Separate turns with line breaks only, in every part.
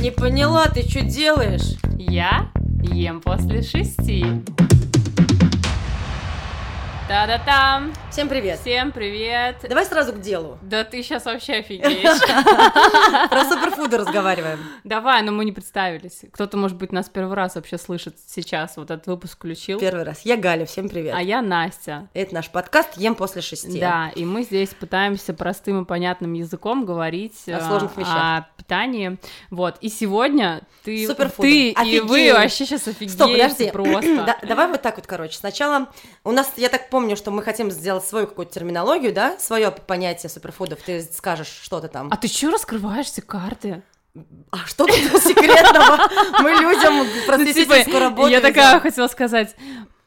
Не поняла, ты что делаешь?
Я ем после шести. Та-да-там!
Всем привет.
Всем привет!
Давай сразу к делу.
Да ты сейчас вообще офигеешь.
Про суперфуды разговариваем.
Давай, но мы не представились. Кто-то, может быть, нас первый раз вообще слышит сейчас, вот этот выпуск включил.
Первый раз. Я Галя, всем привет.
А я Настя.
Это наш подкаст «Ем после шести».
Да, и мы здесь пытаемся простым и понятным языком говорить
О
э,
сложных вещах.
о питании. Вот. И сегодня ты,
Суперфуды.
ты и
Офигеем.
вы вообще сейчас офигеете
Стоп, подожди.
просто.
Да, давай вот так вот, короче. Сначала у нас, я так помню, что мы хотим сделать свою какую-то терминологию, да? Свое понятие суперфудов. Ты скажешь что-то там.
А ты чё раскрываешься карты?
А что тут секретного? Мы людям
Ну, типа,
просветительскую работу.
я
ведем.
такая хотела сказать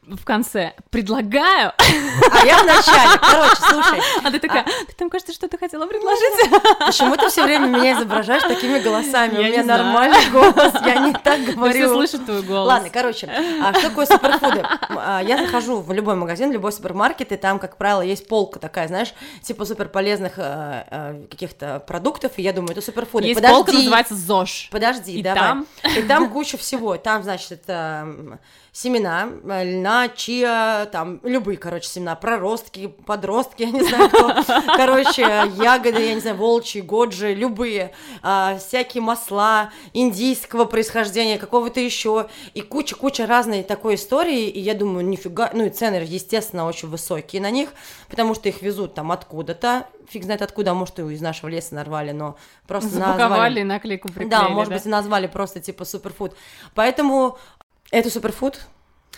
в конце, предлагаю,
А я в начале. Короче, слушай,
а ты такая, ты там, кажется, что ты хотела
Ну,
предложить.
почему ты все время меня изображаешь такими голосами? У
Я не
меня
знаю.
нормальный голос, я не так
Но все
говорю.
слышат твой голос.
Ладно, короче, а что такое суперфуды? А, Я захожу в любой магазин, в любой супермаркет, и там, как правило, есть полка такая, знаешь, типа суперполезных э, э, каких-то продуктов, и я думаю, это суперфуды.
Есть
Подожди.
полка, называется ЗОЖ.
Подожди,
И
давай.
там?
И там куча всего. Там, значит, это м, семена, э, льна, чиа, там любые, короче, семена, проростки, подростки, я не знаю кто. Короче, ягоды, я не знаю, волчьи, годжи, любые. а, всякие масла индийского происхождения, какого-то еще. И куча-куча разной такой истории. И я думаю, нифига... Ну и цены, естественно, очень высокие на них, потому что их везут там откуда-то. Фиг знает откуда, а может, и из нашего леса нарвали, но просто назвали.
Запаковали и наклейку приклеили.
Да, может быть, и назвали просто типа суперфуд. Поэтому это суперфуд.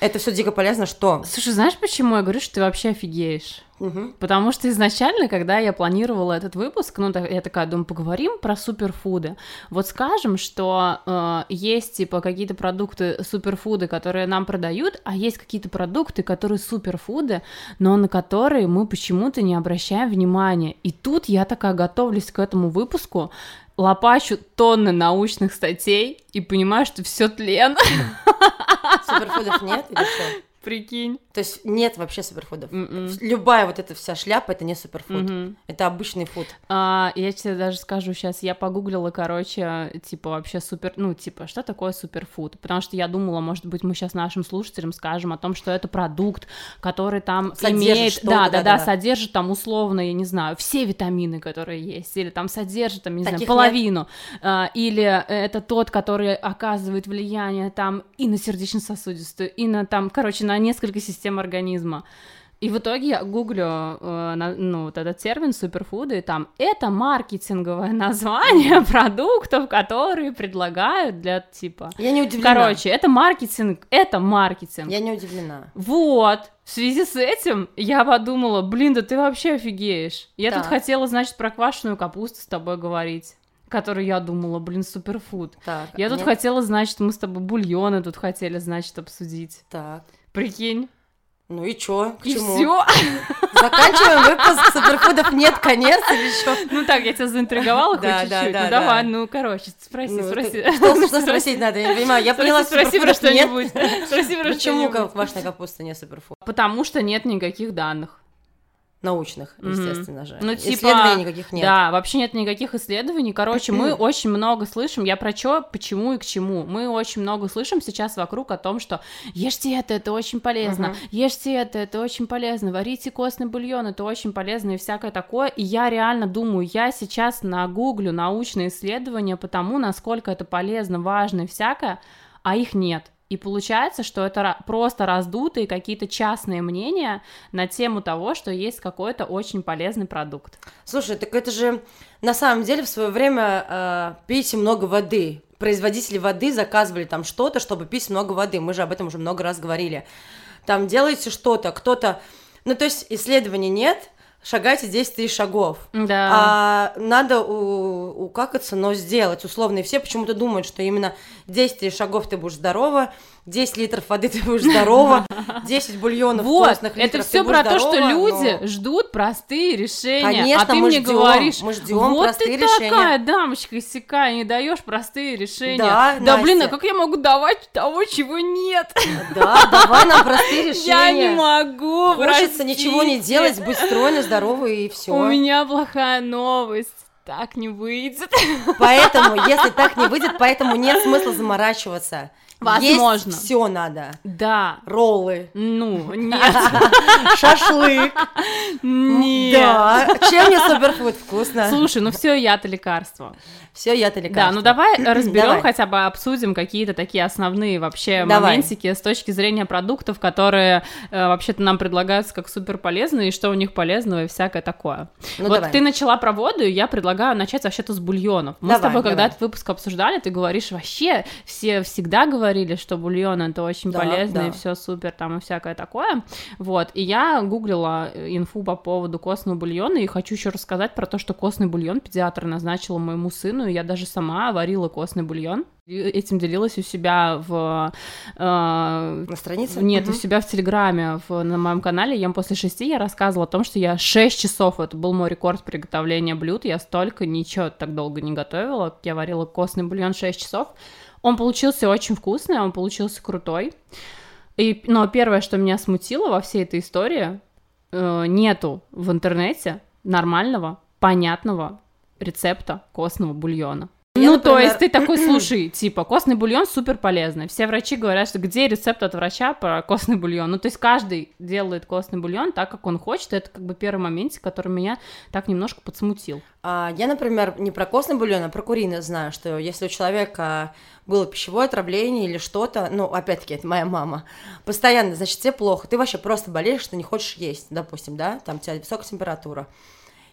Это все дико полезно, что?
Слушай, знаешь, почему я говорю, что ты вообще офигеешь?
Мгм.
Потому что изначально, когда я планировала этот выпуск, ну, так- я такая, думаю, поговорим про суперфуды. Вот скажем, что э, есть, типа, какие-то продукты суперфуды, которые нам продают, а есть какие-то продукты, которые суперфуды, но на которые мы почему-то не обращаем внимания. И тут я такая готовлюсь к этому выпуску, лопачу тонны научных статей и понимаю, что все тлен.
Суперфудов нет или что?
Прикинь.
То есть нет вообще суперфудов.
Мгм.
Любая вот эта вся шляпа, это не суперфуд.
М-м. Мгм.
Это обычный фуд.
А, я тебе даже скажу сейчас, я погуглила, короче, типа вообще супер, ну типа, что такое суперфуд? Потому что я думала, может быть, мы сейчас нашим слушателям скажем о том, что это продукт, который там
Содержит
имеет,
что-то,
да, да, да,
да-да-да.
содержит там условно, я не знаю, все витамины, которые есть, или там содержит там, не знаю,
Таких
половину, А, или это тот, который оказывает влияние там и на сердечно-сосудистую, и на там, короче, на несколько систем организма. И в итоге я гуглю э, на- ну, вот этот термин суперфуды, и там это маркетинговое название продуктов, которые предлагают для типа...
Я не удивлена.
Короче, это маркетинг, это маркетинг.
Я не удивлена.
Вот, в связи с этим я подумала, блин, да ты вообще офигеешь. Я
Так.
тут хотела, значит, про квашеную капусту с тобой говорить, которую я думала, блин, суперфуд.
Так,
Я тут
нет,
хотела, значит, мы с тобой бульоны тут хотели, значит, обсудить.
Так.
Прикинь.
Ну и чё? К чему?
И все.
Заканчиваем выпуск суперфудов нет, конец или что?
Ну так, я тебя заинтриговала хоть
Да,
чуть-чуть.
да,
Ну
да,
давай,
да.
ну короче, спроси,
Ну,
спроси.
ты- Что что спросить надо? Я не понимаю. Я
Спроси-
поняла,
спроси про
суперфудов нет.
что-нибудь. Спроси про
Почему
что-нибудь.
квашеная капуста не суперфуд?
Потому что нет никаких данных.
Научных,
Мгм.
естественно же.
Ну, типа,
Исследований никаких нет.
Да, вообще нет никаких исследований. Короче, мы очень много слышим. Я про чё, почему и к чему. Мы очень много слышим сейчас вокруг о том, что ешьте это, это очень полезно.
Мгм.
Ешьте это, это очень полезно. Варите костный бульон, это очень полезно и всякое такое. И я реально думаю, я сейчас нагуглю научные исследования по тому, насколько это полезно, важно и всякое, а их нет. И получается, что это ра- просто раздутые какие-то частные мнения на тему того, что есть какой-то очень полезный продукт.
Слушай, так это же на самом деле в свое время э, пейте много воды. Производители воды заказывали там что-то, чтобы пить много воды. Мы же об этом уже много раз говорили. Там делайте что-то, кто-то... Ну, то есть исследований нет, шагайте 10 тысяч шагов.
Да.
А надо у, укакаться, но сделать. Условно, и все почему-то думают, что именно 10 тысяч шагов ты будешь здорова, 10 литров воды ты будешь здорова, 10 бульонов
вот,
вкусных литров
это
ты
все
будешь
про то, что
здорова, но-
люди ждут простые решения.
Конечно,
а ты
мы
мне
ждем,
говоришь,
мы ждем
вот ты
простые решения.
такая дамочка и сякая, не даешь простые решения.
Да,
блин, а
Настя.
как я могу давать того, чего нет?
Да, давай нам простые решения.
Я не могу.
Хочется ничего не
простите.
делать, быть стройной, здоровой и все.
У меня плохая новость. так не выйдет.
Поэтому, если так не выйдет, поэтому нет смысла заморачиваться.
Возможно.
Есть все надо.
Да.
Роллы,
Ну, нет,
шашлык.
нет.
Да. Чем мне суперфуд вкусно?
Слушай, ну все яд и лекарство.
Все, я-то
Да, ну давай разберем
Давай.
хотя бы обсудим какие-то такие основные вообще
Давай.
моментики с точки зрения продуктов, которые э, вообще-то нам предлагаются как супер полезные и что у них полезного и всякое такое.
Ну,
вот
давай.
ты начала про воду, и я предлагаю начать вообще-то с бульонов. Мы с
Давай,
тобой, когда
давай.
этот выпуск обсуждали, ты говоришь вообще, все всегда говорили, что бульон это очень
Да,
полезно
да.
и все супер там и всякое такое. Вот, и я гуглила э, инфу по поводу костного бульона, и хочу еще рассказать про то, что костный бульон педиатр назначила моему сыну, и я даже сама варила костный бульон. И этим делилась у себя в э,
На странице?
нет, у
Мгм.
себя в Телеграме, в- на моем канале «Ем после шести» я рассказывала о том, что я 6 часов, это был мой рекорд приготовления блюд, я столько ничего так долго не готовила, я варила костный бульон 6 часов, он получился очень вкусный, он получился крутой, И, но первое, что меня смутило во всей этой истории, э, нету в интернете нормального, понятного рецепта костного бульона.
Я,
ну, то
например,
есть ты такой, слушай, типа, костный бульон супер полезный. Все врачи говорят, что где рецепт от врача про костный бульон. Ну, то есть каждый делает костный бульон так, как он хочет. Это как бы первый моментик, который меня так немножко подсмутил.
А, Я, например, не про костный бульон, а про куриный знаю, что если у человека было пищевое отравление или что-то, ну, опять-таки, это моя мама, постоянно, значит, тебе плохо, ты вообще просто болеешь, ты не хочешь есть, допустим, да, там у тебя высокая температура.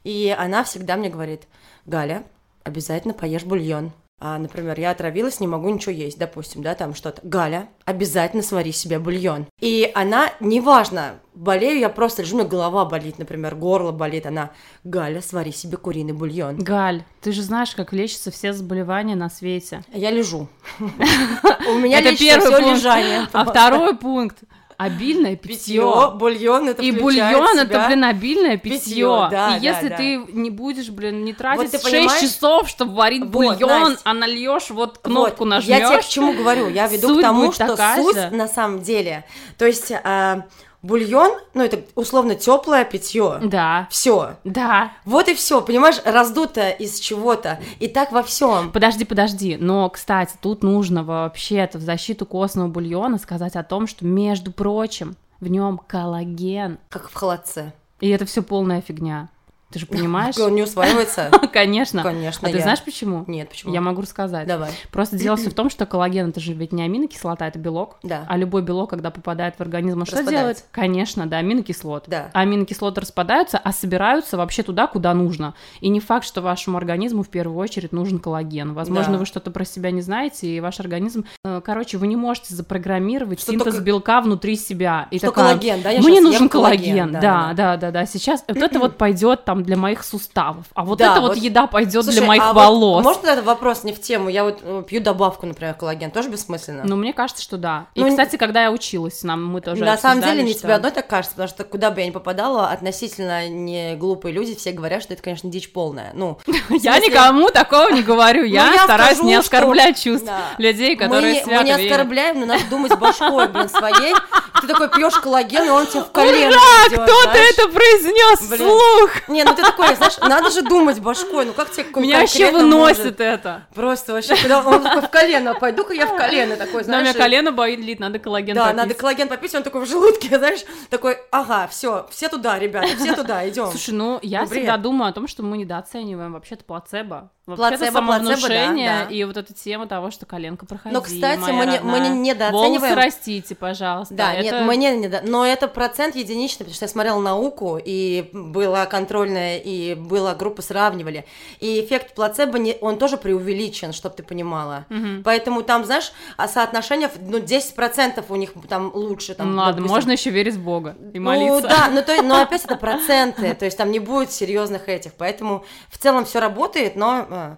И она всегда мне говорит, Галя, обязательно поешь бульон. А, например, я отравилась, не могу ничего есть, допустим, да, там что-то. Галя, обязательно свари себе бульон. И она, неважно, болею я просто, лежу, у меня голова болит, например, горло болит, она, Галя, свари себе куриный бульон.
Галь, ты же знаешь, как лечатся все заболевания на свете.
Я лежу. У меня
Это
лечится
первый
всё
пункт.
лежание.
А второй пункт – обильное питье.
питье, бульон, это
И
включает
бульон
в
это,
себя-
блин, обильное питье.
питьё, да, да,
и если
да.
ты не будешь, блин, не тратить
ты
6
понимаешь?
часов, чтобы варить
Вот,
бульон,
Настя.
а нальешь, вот
Вот,
кнопку нажмешь.
Я тебе к чему говорю? Я веду
Суть
к тому,
будет
что
такая
суть
же.
на самом деле. То есть а, бульон, ну это условно теплое питье.
Да.
Все.
Да.
Вот и все, понимаешь, раздуто из чего-то. И так во всем.
Подожди, подожди, но, кстати, тут нужно вообще-то в защиту костного бульона сказать о том, что, между прочим, в нем коллаген,
Как в холодце.
и это все полная фигня. Ты же понимаешь?
Он не усваивается.
Конечно.
Конечно.
А ты
я.
знаешь почему?
Нет, почему?
Я могу рассказать.
Давай.
Просто дело все в том, что коллаген это же ведь не аминокислота, это белок.
Да.
А любой белок, когда попадает в организм, он что
Распадается.
делает? Конечно, да, аминокислот.
Да.
А Аминокислоты распадаются, а собираются вообще туда, куда нужно. И не факт, что вашему организму в первую очередь нужен коллаген. Возможно,
Да.
вы что-то про себя не знаете, и ваш организм... э, Короче, вы не можете запрограммировать
Что
синтез
только-
белка внутри себя. И
Что
такая,
Ну, коллаген, да? Я
Мне
щас
нужен
ем
коллаген, да, да,
да-да-да.
да, да, Сейчас вот это вот пойдет там для моих суставов, а вот
Да,
это вот,
вот-
еда пойдет
Слушай,
для моих
а вот
волос.
Можно этот вопрос не в тему? Я вот э, пью добавку, например, коллаген, тоже бессмысленно.
Ну, мне кажется, что да. И,
Ну,
кстати, когда я училась, нам мы тоже
На самом
обсуждали,
деле, не
что-
тебе одной так кажется, потому что куда бы я ни попадала, относительно не глупые люди все говорят, что это, конечно, дичь полная. Ну,
Я
смысле- Ну,
никому такого не говорю, я,
я
стараюсь
скажу,
не
что-
оскорблять чувств
да. мы
людей, которые
не, мы
свято
не
верят.
оскорбляем, но надо думать башкой, блин, своей. Ты такой пьешь коллаген, и он тебе в колено идёт,
Кто-то
знаешь.
это произнес
Блин.
вслух!
Не, ну ты такой, знаешь, надо же думать башкой, ну как тебе какой
Меня вообще выносит это.
Просто вообще, когда он такой в колено, пойду-ка я в колено такой,
Но у
знаешь.
меня
и-
колено болит, надо коллаген
Да,
попить.
надо коллаген попить, и он такой в желудке, знаешь, такой, ага, все, все туда, ребята, все туда, идем.
Слушай, ну я
Ну, бред.
всегда думаю о том, что мы недооцениваем вообще-то плацебо. Вообще-то
Плацебо,
самовнушение
плацебо, да, да.
и вот эта тема того, что коленка проходи,
Но, кстати,
моя
мы не- мы не
родная.
недооцениваем-
Волосы растите, пожалуйста.
Да,
Это-
нет, мне не да. Но это процент единичный, потому что я смотрела науку, и была контрольная, и была группа сравнивали. И эффект плацебо, не, он тоже преувеличен, чтобы ты понимала.
Мгм.
Поэтому там, знаешь, а соотношение, ну, 10% у них там лучше. Там,
Ну Ладно,
допустим.
можно еще верить в Бога и
Ну
молиться.
да, но, то, но опять это проценты, то есть там не будет серьезных этих, поэтому в целом все работает, но э,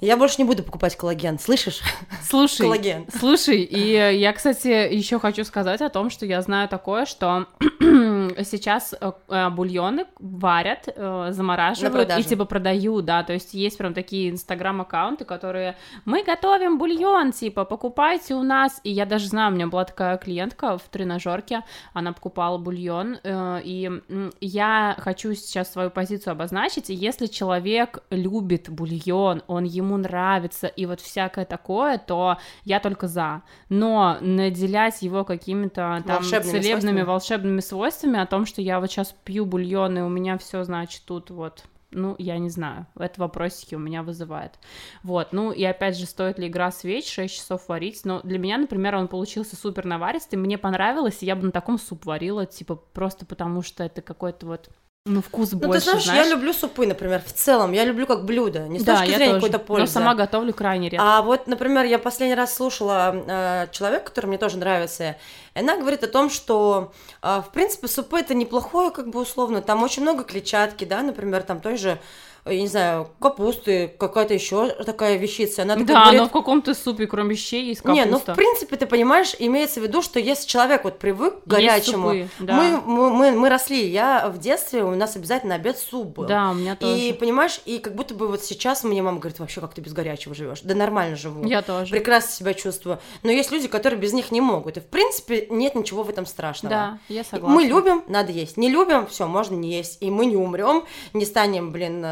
я больше не буду покупать коллаген, слышишь?
Слушай,
Коллаген.
слушай, и э, я, кстати, еще хочу сказать о том, что я знаю такое, что м, сейчас э, э, бульоны варят, э, замораживают и
продажу.
типа продают, да, то есть есть прям такие инстаграм-аккаунты, которые мы готовим бульон, типа, покупайте у нас, и я даже знаю, у меня была такая клиентка в тренажерке, она покупала бульон, э, и м, я хочу сейчас свою позицию обозначить, и если человек любит бульон, он ему нравится, и вот всякое такое, то я только за, но наделять его какими-то там
Волшебными
целебными
свойствами.
волшебными свойствами, о том, что я вот сейчас пью бульон, и у меня все, значит, тут вот ну, я не знаю, это вопросики у меня вызывает. Вот, ну, и опять же, стоит ли игра свеч 6 часов варить? Но для меня, например, он получился супер наваристый, мне понравилось, и я бы на таком суп варила, типа, просто потому что это какой-то вот, ну, вкус
Ну,
больше,
ты знаешь, я люблю супы, например, в целом. Я люблю как блюдо, не с
да,
точки
я
зрения
тоже,
какой-то пользы.
но сама готовлю крайне редко.
А вот, например, я последний раз слушала э, человека, который мне тоже нравится, и она говорит о том, что, э, в принципе, супы это неплохое, как бы условно, там очень много клетчатки, да, например, там той же, э, я не знаю, капусты, какая-то еще такая вещица. Она такая
да,
говорит,
но в каком-то супе, кроме щей, есть
ну, не,
капуста.
ну в принципе, ты понимаешь, имеется в виду, что если человек вот привык к
Есть
горячему,
супы, да.
мы, мы, мы, мы росли, я в детстве, у нас обязательно обед суп был.
Да, у меня тоже.
И понимаешь, и как будто бы вот сейчас мне мама говорит, вообще как ты без горячего живешь? Да нормально живу.
Я тоже.
Прекрасно себя чувствую. Но есть люди, которые без них не могут. И в принципе нет ничего в этом страшного.
Да, я
И
согласна.
Мы любим, надо есть. Не любим, все, можно не есть. И мы не умрем, не станем, блин,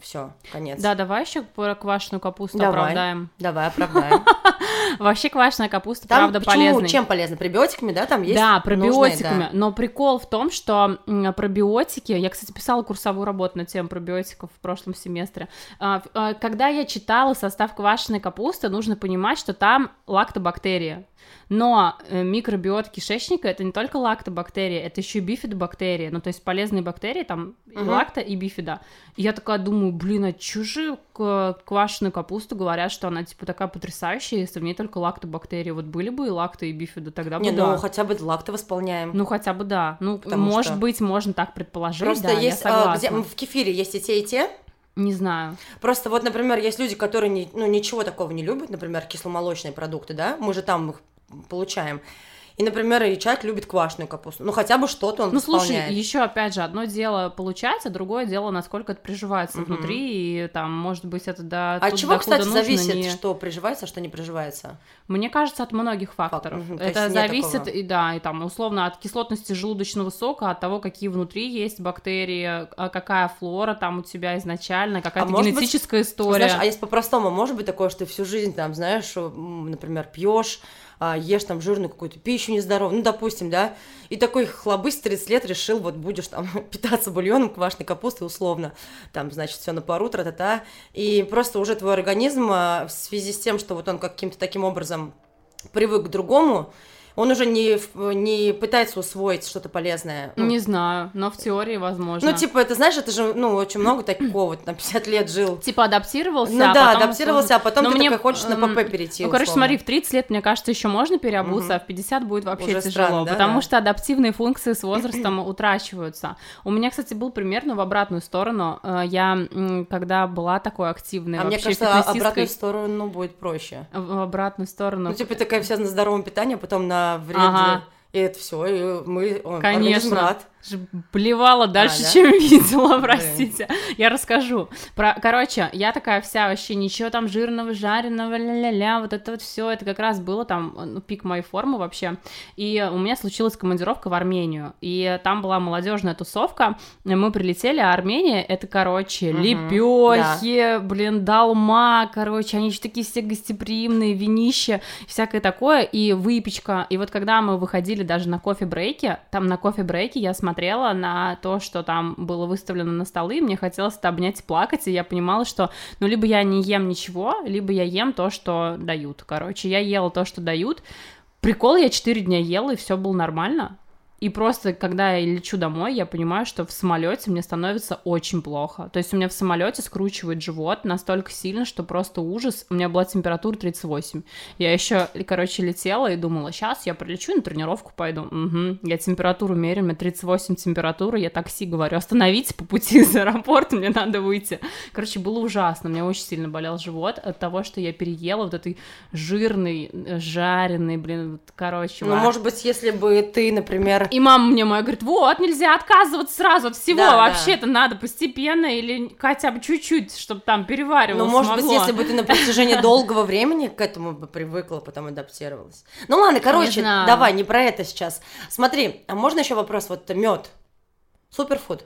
все, конец.
Да, давай еще про квашеную капусту
Давай.
оправдаем.
Давай, оправдаем.
Вообще квашеная капуста,
Там
правда,
почему,
полезная.
чем полезно? Пробиотиками, да, там есть?
да,
нужные,
пробиотиками.
да.
Но прикол в том, что м, пробиотики... Я, кстати, писала курсовую работу на тему пробиотиков в прошлом семестре. А, в- а, Когда я читала состав квашеной капусты, нужно понимать, что там лактобактерии. Но э, микробиот кишечника это не только лактобактерии, это еще и бифидобактерии. Ну, то есть полезные бактерии, там и
Мгм.
лакта, и бифида. И я такая думаю, блин, а чужие квашеную капусту говорят, что она типа такая потрясающая, если в ней только лактобактерии. Вот были бы и лакта, и бифида, тогда бы
Не,
да.
ну хотя бы лакты восполняем.
Ну, хотя бы да. Ну,
Потому
может
что-
быть, можно так предположить,
Просто
да,
есть,
я
а,
согласна.
где- в кефире есть и те, и те.
Не знаю.
Просто вот, например, есть люди, которые не- ну, ничего такого не любят, например, кисломолочные продукты, да, мы же там их получаем. И, например, и человек любит квашеную капусту. Ну, хотя бы что-то он
Ну, слушай,
восполняет.
еще опять же, одно дело получать, а другое дело, насколько это приживается
Мгм.
внутри, и там, может быть, это да.
А
тут
от чего,
докуда
кстати,
нужно,
зависит,
не-
что приживается, а что не приживается?
Мне кажется, от многих факторов.
мгм, то есть
это
нет
зависит,
такого.
и да, и там, условно, от кислотности желудочного сока, от того, какие внутри есть бактерии, а какая флора там у тебя изначально, какая-то
А может быть,
генетическая история.
Знаешь, а если по-простому, может быть такое, что ты всю жизнь там, знаешь, м, например, пьешь, а, ешь там жирную какую-то пищу нездоровую, ну, допустим, да, и такой хлобысь 30 лет решил, вот будешь там питаться бульоном, квашеной капустой условно, там, значит, все на пару, тра-та-та, и просто уже твой организм а, в связи с тем, что вот он каким-то таким образом привык к другому, он уже не, в- не пытается усвоить что-то полезное. Ну,
Не знаю, но в теории возможно.
ну, типа, это, знаешь, это же, ну, очень много такого, там, 50 лет жил.
Типа адаптировался,
Ну
а
да,
потом
адаптировался, а потом
Но
ты
мне,
такой хочешь на
м,
ПП перейти.
Ну, короче,
условно.
смотри, в 30 лет, мне кажется, еще можно переобуться,
Мгм.
а в 50 будет вообще
Уже
тяжело,
странно, да,
потому
да.
что адаптивные функции с возрастом утрачиваются. У меня, кстати, был примерно в обратную сторону. Э, Я, м, когда была такой активной
А
вообще
мне кажется,
фитнесисткой,
обратную сторону ну, будет проще.
в в обратную сторону.
Ну, типа, такая вся на здоровом питании, а потом на вреде.
Ага.
И это все, и мы, он, Ну, организм
Конечно.
рад.
Ж- Блевала дальше,
А, да?
чем видела,
Блин.
простите. Я расскажу. Про... Короче, я такая вся вообще, ничего там жирного, жареного, ля-ля-ля, вот это вот все, это как раз было там ну, пик моей формы вообще. И у меня случилась командировка в Армению, и там была молодежная тусовка, и мы прилетели, а Армения это, короче,
Мгм,
лепехи, блин, долма, короче, они же такие все гостеприимные, винище, всякое такое, и выпечка. И вот когда мы выходили даже на кофе-брейке, там на кофе-брейке я смотрела на то, что там было выставлено на столы, и мне хотелось это обнять и плакать, и я понимала, что, ну, либо я не ем ничего, либо я ем то, что дают, короче. Я ела то, что дают. Прикол, я 4 дня ела, и все было нормально. И просто, когда я лечу домой, я понимаю, что в самолете мне становится очень плохо. То есть у меня в самолете скручивает живот настолько сильно, что просто ужас. У меня была температура 38. Я еще, короче, летела и думала, сейчас я прилечу на тренировку пойду. Мгм. Я температуру меряю, у меня 38 температура, я такси говорю, остановите по пути из аэропорта, мне надо выйти. Короче, было ужасно, у меня очень сильно болел живот от того, что я переела вот этой жирный, жареный, блин, вот, короче.
Ну,
ва-
может быть, если бы ты, например, да.
И мама мне моя говорит, вот, нельзя отказываться сразу от всего,
Да, да.
вообще-то надо постепенно или хотя бы чуть-чуть, чтобы там переваривалось
Ну, может быть,
могло».
если бы ты на протяжении долгого времени к этому бы привыкла, потом адаптировалась. Ну ладно, короче,
знаю.
давай, не про это сейчас. Смотри, а можно еще вопрос? Вот мед. Суперфуд.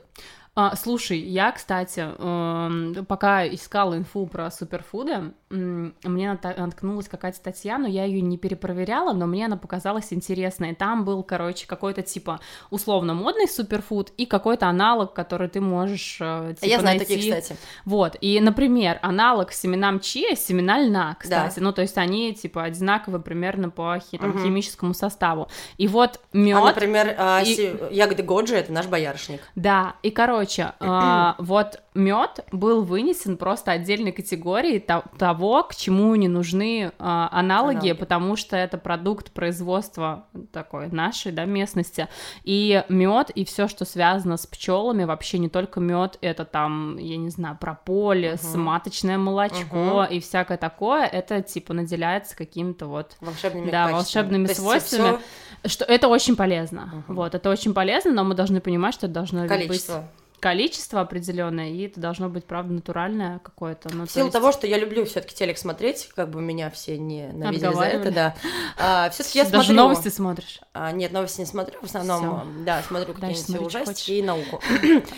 А, слушай, я, кстати, эм, пока искала инфу про суперфуды, м, мне нат- наткнулась какая-то статья, но я ее не перепроверяла, но мне она показалась интересной. Там был, короче, какой-то типа условно модный суперфуд и какой-то аналог, который ты можешь э, типа,
Я знаю
найти.
такие, кстати.
Вот, и, например, аналог семенам чиа — семена льна, кстати. Ну, то есть они, типа, одинаковы примерно по хи- там,
Мгм.
химическому составу. И вот мед,
А, например, а,
и-
си- ягоды Годжи это наш боярышник.
да, и, короче, а, вот мед был вынесен просто отдельной категории то- того, к чему не нужны а, аналоги,
Аналоги.
потому что это продукт производства такой нашей, да, местности. И мед и все, что связано с пчелами, вообще не только мед, это там, я не знаю, прополис,
Мгм.
маточное молочко и всякое такое, это типа наделяется каким-то вот
Волшебными
Да,
качествами.
волшебными
То есть
свойствами. что это очень полезно.
Мгм.
Вот, это очень полезно, но мы должны понимать, что это должно
всё
ведь
количество.
быть количество определенное, и это должно быть, правда, натуральное какое-то.
В
Ну, то
силу
есть-
того, что я люблю все-таки телек смотреть, как бы меня все не ненавидели за
Отговаривали.
это, да. все-таки я
Даже
смотрю.
новости смотришь.
А, нет, новости не смотрю, в основном,
Всё.
м, да, смотрю
Дальше
какие-нибудь
смотри, что
ужастики и
хочешь.
науку.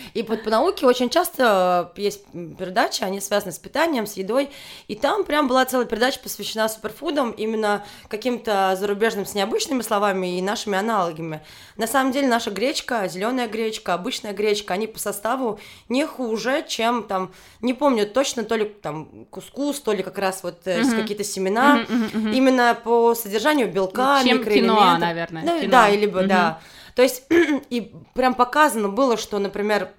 И по, по науке очень часто э, есть м, передачи, они связаны с питанием, с едой, и там прям была целая передача посвящена суперфудам, именно каким-то зарубежным с необычными словами и нашими аналогами. На самом деле наша гречка, зеленая гречка, обычная гречка, они по составу не хуже, чем там, не помню точно, то ли там кускус, то ли как раз вот э,
Мгм.
какие-то семена,
Мгм, мгм, мгм.
именно по содержанию белка,
Чем киноа,
микроэлементов.
наверное.
Ну,
киноа.
да, или бы,
Мгм.
да. То есть, и прям показано было, что, например,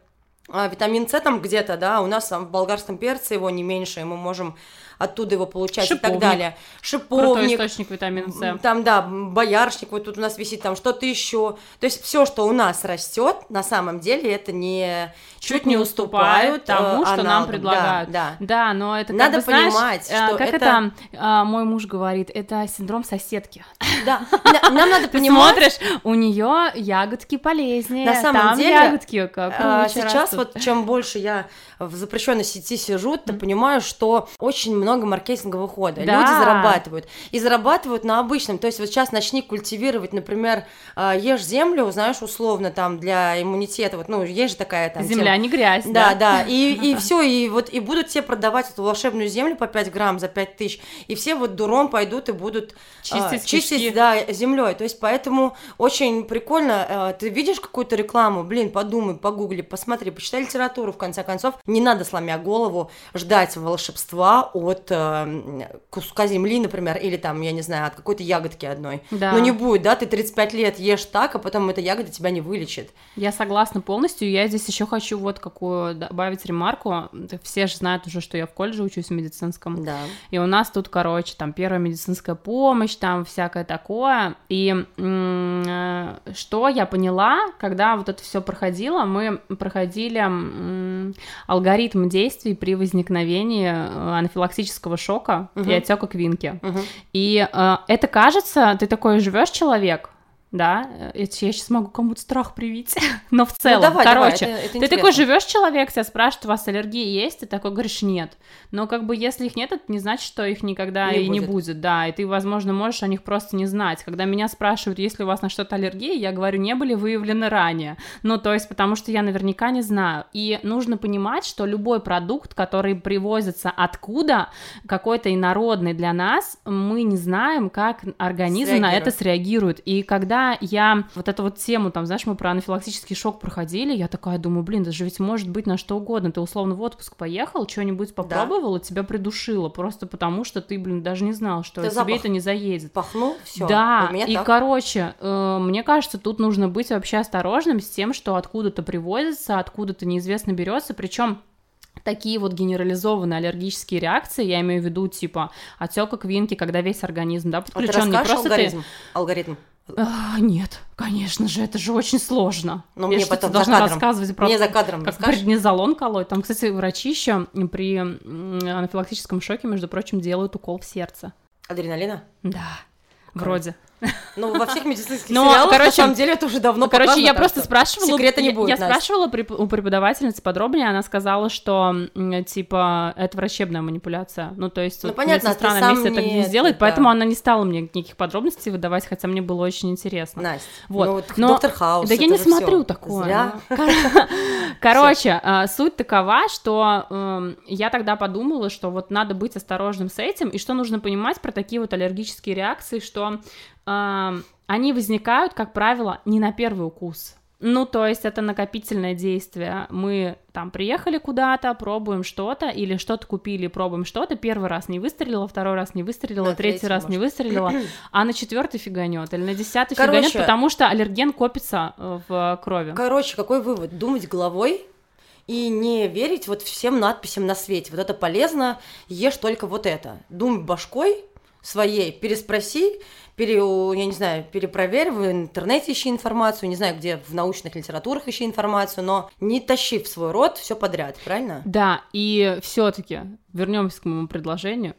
а, витамин С там где-то, да, у нас там в болгарском перце его не меньше, и мы можем оттуда его получать и так
Шиповник.
далее.
Крутой
Шиповник,
источник витамина
М,
С.
Там, да, м, боярышник, вот тут у нас висит там что-то еще. То есть все, что у нас растет, на самом деле это не чуть, не уступает
тому,
э,
что нам
аналогам.
предлагают.
Да, да.
Да, но это как
Надо
бы, знаешь,
понимать,
э,
что
как
это-
это, а, мой муж говорит, это синдром соседки.
Да. На- Нам надо
Ты
понимать,
смотришь, у нее ягодки полезнее.
На самом
там
деле,
ягодки как
А,
круче
сейчас
растут.
вот чем больше я в запрещенной сети сижу, ты
Мгм.
понимаю, что очень много маркетингового хода.
Да.
Люди зарабатывают. И зарабатывают на обычном. То есть вот сейчас начни культивировать, например, а, ешь землю, знаешь, условно там для иммунитета. Вот, ну, есть же такая там... тема.
земля не грязь.
Да, да, и, и все, и вот и будут все продавать эту волшебную землю по 5 грамм за 5 тысяч, и все вот дуром пойдут и будут а,
Чистить кишки.
чистить да, землей. То есть поэтому очень прикольно, а, ты видишь какую-то рекламу, блин, подумай, погугли, посмотри, почитай литературу, в конце концов, не надо, сломя голову, ждать волшебства от эм, куска земли, например, или там, я не знаю, от какой-то ягодки одной.
Да.
Ну не будет, да, ты 35 лет ешь так, а потом эта ягода тебя не вылечит.
Я согласна полностью. Я здесь еще хочу вот какую добавить ремарку. Все же знают уже, что я в колледже учусь в медицинском.
Да.
И у нас тут, короче, там первая медицинская помощь, там всякое такое. И м, э, что я поняла, когда вот это все проходило, мы проходили м, алгоритм действий при возникновении э, анафилактического шока
Мгм.
и отека квинки.
Мгм. Ну,
И э, это кажется, ты такой живешь человек, да? Э, Я сейчас могу кому-то страх привить, но в целом,
ну, давай, давай,
короче.
это- это
Ты
интересно.
такой живешь человек, тебя спрашивают, у вас аллергии есть, ты такой говоришь нет. Но как бы если их нет, это не значит, что их никогда
Не
и не
будет.
будет, да. И ты, возможно, можешь о них просто не знать. Когда меня спрашивают, есть ли у вас на что-то аллергии, я говорю, не были выявлены ранее. Ну, то есть, потому что я наверняка не знаю. И нужно понимать, что любой продукт, который привозится откуда, какой-то инородный для нас, мы не знаем, как организм на это
Среагирует.
среагирует. И когда я вот эту вот тему, там, знаешь, мы про анафилактический шок проходили, я такая думаю, блин, даже ведь может быть на что угодно. Ты условно в отпуск поехал, что-нибудь попробовал, и тебя придушило, просто потому что ты, блин, даже не знал, что
Это
тебе
запах.
это не заедет.
Пахнул, все.
Да,
У меня
и,
так.
короче, э, мне кажется, тут нужно быть вообще осторожным с тем, что откуда-то привозится, откуда-то неизвестно берется, причем такие вот генерализованные аллергические реакции, я имею в виду, типа, отека квинки, когда весь организм, да,
А ты
подключен, не
расскажешь
просто ты...
алгоритм? Алгоритм.
А, нет, конечно же, это же очень сложно.
Но
Я
Ну, мне
что-то
потом за
должна
кадром.
рассказывать про
Мне за кадром
как
расскажешь?
преднизолон колоть. Там, кстати, врачи еще при м, анафилактическом шоке, между прочим, делают укол в сердце.
Адреналина?
Да.
Круто.
Вроде.
Ну, во всех медицинских
Но,
сериалах, на
короче,
самом деле, это уже давно
короче,
показано,
я
так
просто
что
спрашивала...
Секрета не
я-
будет,
Я,
Настя.
спрашивала преп- у преподавательницы подробнее, она сказала, что, м, типа, это врачебная манипуляция. Ну, то есть,
Ну,
вот
понятно, а ты
медсестра на
сам
месте так
не
не
это,
сделает,
да.
поэтому она не стала мне никаких подробностей выдавать, хотя мне было очень интересно.
Настя,
Вот.
ну вот
Но-
доктор Хаус.
Да я
это
не
же
смотрю
всё.
такое.
Зря.
ну. Кор- Короче, а, суть такова, что эм, я тогда подумала, что вот надо быть осторожным с этим, и что нужно понимать про такие вот аллергические реакции, что эм, они возникают, как правило, не на первый укус. Ну, то есть это накопительное действие. Мы там приехали куда-то, пробуем что-то, или что-то купили, пробуем что-то. Первый раз не выстрелила, второй раз не выстрелила,
На
третий,
третий,
раз не
может.
выстрелила, а на четвертый фиганет, или на десятый
Короче,
фиганет, потому что аллерген копится э, в крови.
Короче, какой вывод? Думать головой и не верить вот всем надписям на свете. Вот это полезно, ешь только вот это. Думай башкой своей, переспроси, пере, у- я не знаю, перепроверь, в интернете ищи информацию, не знаю, где в научных литературах ищи информацию, но не тащи в свой рот все подряд, правильно?
Да, и все-таки вернемся к моему предложению,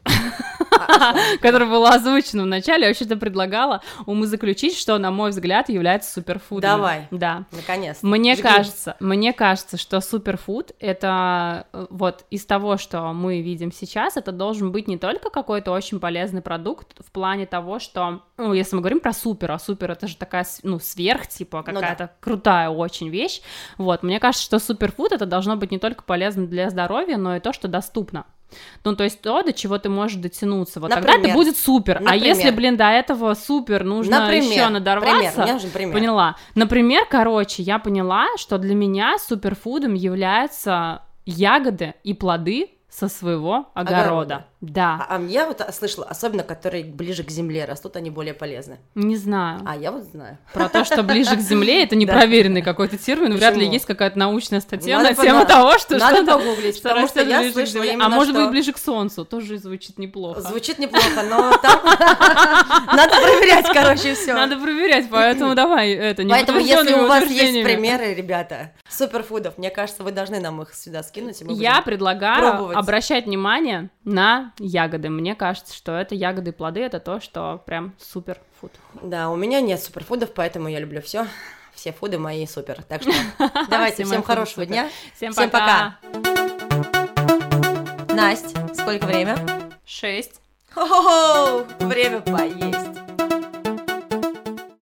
А,
которое было озвучено в начале. Я вообще-то предлагала умозаключить, что, на мой взгляд, является суперфудом.
Давай.
Да.
Наконец-то.
Мне
Жги.
кажется, мне кажется, что суперфуд это э, вот из того, что мы видим сейчас, это должен быть не только какой-то очень полезный продукт в плане того, что, ну, если мы говорим про супер, а супер это же такая, с- ну, сверх, типа,
да.
какая-то крутая очень вещь, вот, мне кажется, что суперфуд это должно быть не только полезно для здоровья, но и то, что доступно. Ну, то есть то, до чего ты можешь дотянуться. Вот тогда
Например.
это будет супер. А
Например.
если, блин, до этого супер нужно
Например,
еще надорваться,
пример, мне нужен пример.
Поняла. Например, короче, я поняла, что для меня суперфудом являются ягоды и плоды со своего огорода.
Огорода.
Да.
А, а я вот слышала, особенно которые ближе к земле растут, они более полезны.
Не знаю.
А я вот знаю.
Про то, что ближе к земле, это непроверенный какой-то термин. Вряд ли
Почему?
есть какая-то научная статья
Надо
на
по-
тему
надо-
того, что
Надо
что-то
погуглить,
что
потому что
растет
я
ближе к
слышала
земле.
именно,
А может
что-
быть, ближе к солнцу. Тоже звучит неплохо.
Звучит неплохо, но там надо проверять, короче, все.
Надо проверять, поэтому давай э, это не
Поэтому, если у
подтвержденными
вас есть
утверждениями.
примеры, ребята, суперфудов, мне кажется, вы должны нам их сюда скинуть. и мы
Я
будем-
предлагаю
пробовать.
обращать внимание на ягоды. Мне кажется, что это ягоды и плоды, это то, что прям супер фуд.
Да, у меня нет суперфудов, поэтому я люблю все. Все фуды мои супер. Так что давайте,
Все мои
всем
фуды
хорошего
супер.
дня.
Всем,
Всем
пока.
Настя, сколько время?
Шесть.
Хо-хо-хо! Время поесть.